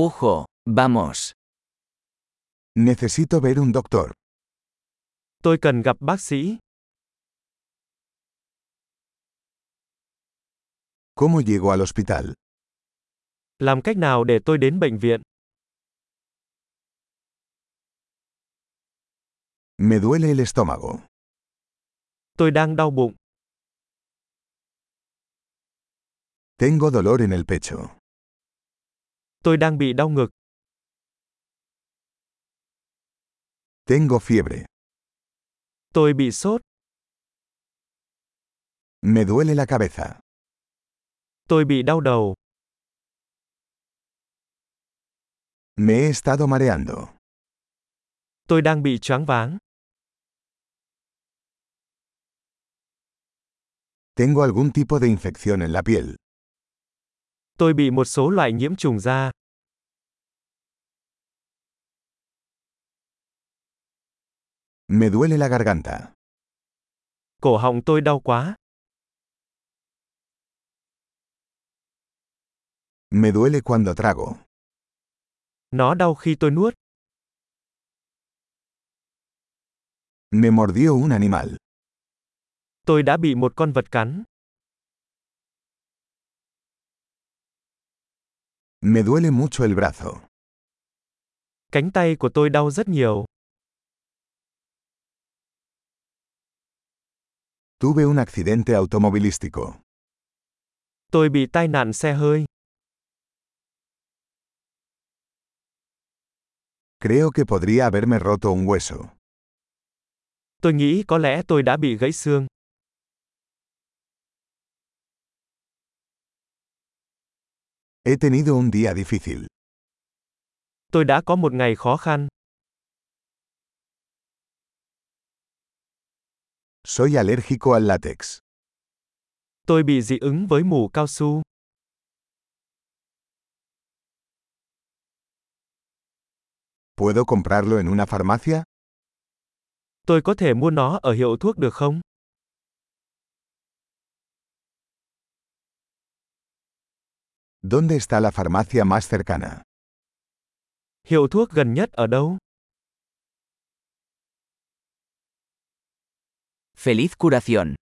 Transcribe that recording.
Ujo, vamos. Necesito ver un doctor. Tôi cần gặp bác sĩ. ¿Cómo llego al hospital? Làm cách nào để tôi đến bệnh viện? Me duele el estómago. Tôi đang đau bụng. Tengo dolor en el pecho. Tôi đang bị đau ngực. Tengo fiebre. Tôi bị sốt. Me duele la cabeza. Tôi bị đau đầu. Me he estado mareando. Tôi đang bị choáng váng. Tengo algún tipo de infección en la piel. Tôi bị một số loại nhiễm trùng da. Me duele la garganta. Cổ họng tôi đau quá. Me duele cuando trago. Nó đau khi tôi nuốt. Me mordió un animal. Tôi đã bị một con vật cắn. Me duele mucho el brazo. Cánh tay của tôi đau rất nhiều. Tuve un accidente automovilístico. Tôi bị tai nạn xe hơi. Creo que podría haberme roto un hueso. Tôi nghĩ có lẽ tôi đã bị gãy xương. He tenido un día difícil. Tôi đã có một ngày khó khăn. Soy alérgico al látex. Tôi bị dị ứng với mủ cao su. ¿Puedo comprarlo en una farmacia? Tôi có thể mua nó ở hiệu thuốc được không? ¿Dónde está la farmacia más cercana? Hiệu thuốc gần nhất ở đâu? Feliz curación.